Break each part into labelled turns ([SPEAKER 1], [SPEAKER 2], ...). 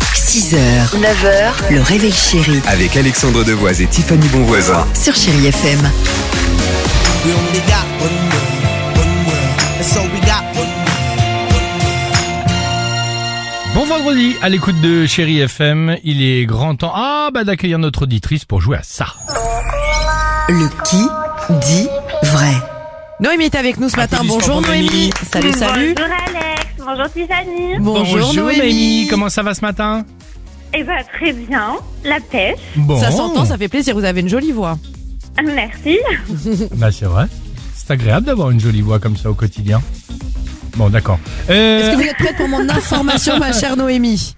[SPEAKER 1] 6h, 9h, le réveil chéri
[SPEAKER 2] Avec Alexandre Devoise et Tiffany Bonvoisin.
[SPEAKER 1] sur Chéri FM.
[SPEAKER 3] We only got one world, one world, and so we got one world, one world.
[SPEAKER 4] Bon vendredi, à l'écoute de Chéri FM, il est grand temps ah, bah, d'accueillir notre auditrice pour jouer à ça.
[SPEAKER 1] Le qui dit vrai.
[SPEAKER 5] Noémie est avec nous ce matin.
[SPEAKER 4] Applaudissements
[SPEAKER 5] Bonjour
[SPEAKER 4] pour Noémie.
[SPEAKER 5] Noémie. Salut, salut.
[SPEAKER 6] Bonjour Alex, bonjour Tiffany.
[SPEAKER 4] comment ça va ce matin
[SPEAKER 6] Eh ben très bien, la pêche,
[SPEAKER 4] Bon,
[SPEAKER 5] Ça s'entend, ça fait plaisir. Vous avez une jolie voix.
[SPEAKER 6] merci.
[SPEAKER 4] Bah c'est vrai, c'est agréable d'avoir une jolie voix comme ça au quotidien. Bon, d'accord.
[SPEAKER 5] Est-ce
[SPEAKER 4] Euh,
[SPEAKER 5] que vous êtes prête pour mon information, ma chère Noémie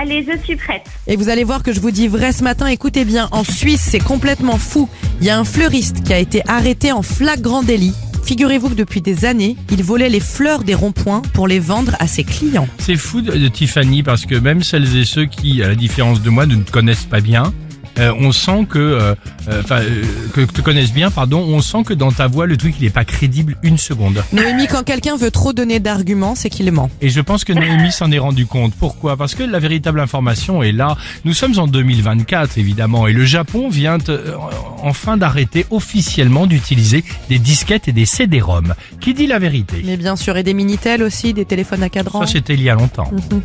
[SPEAKER 6] Allez, je suis prête.
[SPEAKER 5] Et vous allez voir que je vous dis vrai ce matin. Écoutez bien, en Suisse, c'est complètement fou. Il y a un fleuriste qui a été arrêté en flagrant délit. Figurez-vous que depuis des années, il volait les fleurs des ronds-points pour les vendre à ses clients.
[SPEAKER 4] C'est fou de, de Tiffany parce que même celles et ceux qui, à la différence de moi, ne te connaissent pas bien, euh, on sent que, euh, euh, enfin, euh, que te connaissent bien, pardon, on sent que dans ta voix le truc il est pas crédible une seconde.
[SPEAKER 5] Noémie, quand quelqu'un veut trop donner d'arguments, c'est qu'il ment.
[SPEAKER 4] Et je pense que Noémie s'en est rendu compte. Pourquoi Parce que la véritable information est là. Nous sommes en 2024, évidemment, et le Japon vient euh, enfin d'arrêter officiellement d'utiliser des disquettes et des CD-ROM. Qui dit la vérité
[SPEAKER 5] Mais bien sûr, et des Minitel aussi, des téléphones à cadran.
[SPEAKER 4] Ça, c'était il y a longtemps.
[SPEAKER 5] Mhm.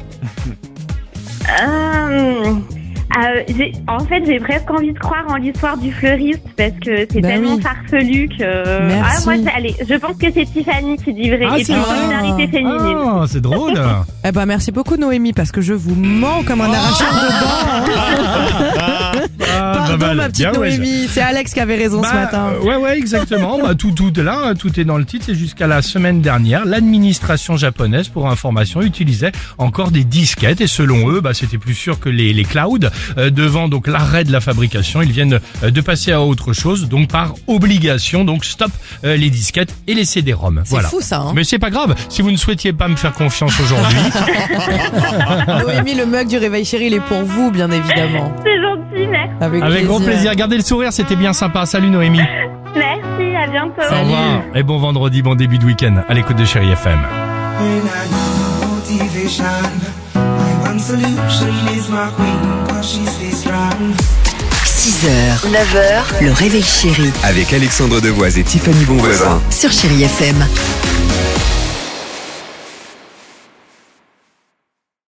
[SPEAKER 6] Euh, euh, j'ai- en fait, j'ai presque envie de croire en l'histoire du fleuriste parce que c'est
[SPEAKER 5] Bah
[SPEAKER 6] tellement
[SPEAKER 5] oui.
[SPEAKER 6] farfelu que.
[SPEAKER 5] Merci.
[SPEAKER 6] Ah, moi, c'est- allez, je pense que c'est Tiffany qui dit vrai.
[SPEAKER 4] Ah,
[SPEAKER 6] et
[SPEAKER 4] c'est
[SPEAKER 6] puis,
[SPEAKER 4] vrai.
[SPEAKER 6] solidarité féminine.
[SPEAKER 5] Oh.
[SPEAKER 4] Ah, c'est drôle
[SPEAKER 5] Eh ben merci beaucoup Noémie parce que je vous mens comme
[SPEAKER 4] Oh.
[SPEAKER 5] un arracheur de dents. hein.
[SPEAKER 4] Ah,
[SPEAKER 5] Pardon
[SPEAKER 4] bah, bah,
[SPEAKER 5] ma petite
[SPEAKER 4] bien, ouais, je-
[SPEAKER 5] Noémie, c'est Alex qui avait raison
[SPEAKER 4] Bah,
[SPEAKER 5] ce matin.
[SPEAKER 4] euh, ouais, ouais, exactement. Bah, tout, tout est là, hein, tout est dans le titre. C'est jusqu'à la semaine dernière, l'administration japonaise, pour information, utilisait encore des disquettes. Et selon eux, bah, c'était plus sûr que les, les clouds. Euh, devant donc l'arrêt de la fabrication, ils viennent euh, de passer à autre chose, donc par obligation. Donc stop euh, les disquettes et les CD-ROM.
[SPEAKER 5] c'est
[SPEAKER 4] Voilà.
[SPEAKER 5] fou ça. Hein.
[SPEAKER 4] Mais c'est pas grave. Si vous ne souhaitiez pas me faire confiance aujourd'hui,
[SPEAKER 5] Noémie, Ah le mug du réveil chéri, il est pour vous bien évidemment.
[SPEAKER 6] C'est gentil, merci.
[SPEAKER 4] avec grand plaisir. Gardez le sourire, c'était bien sympa. Salut Noémie.
[SPEAKER 6] Merci, à bientôt.
[SPEAKER 4] Au revoir. Et bon vendredi, bon début de week-end. À l'écoute de Chéri FM.
[SPEAKER 3] When I need motivation, my one solution is my queen, cause she's very strong.
[SPEAKER 1] 6h, 9h, le réveil chéri
[SPEAKER 2] Avec Alexandre Devoise et Tiffany Bonvoisin.
[SPEAKER 1] sur Chéri FM.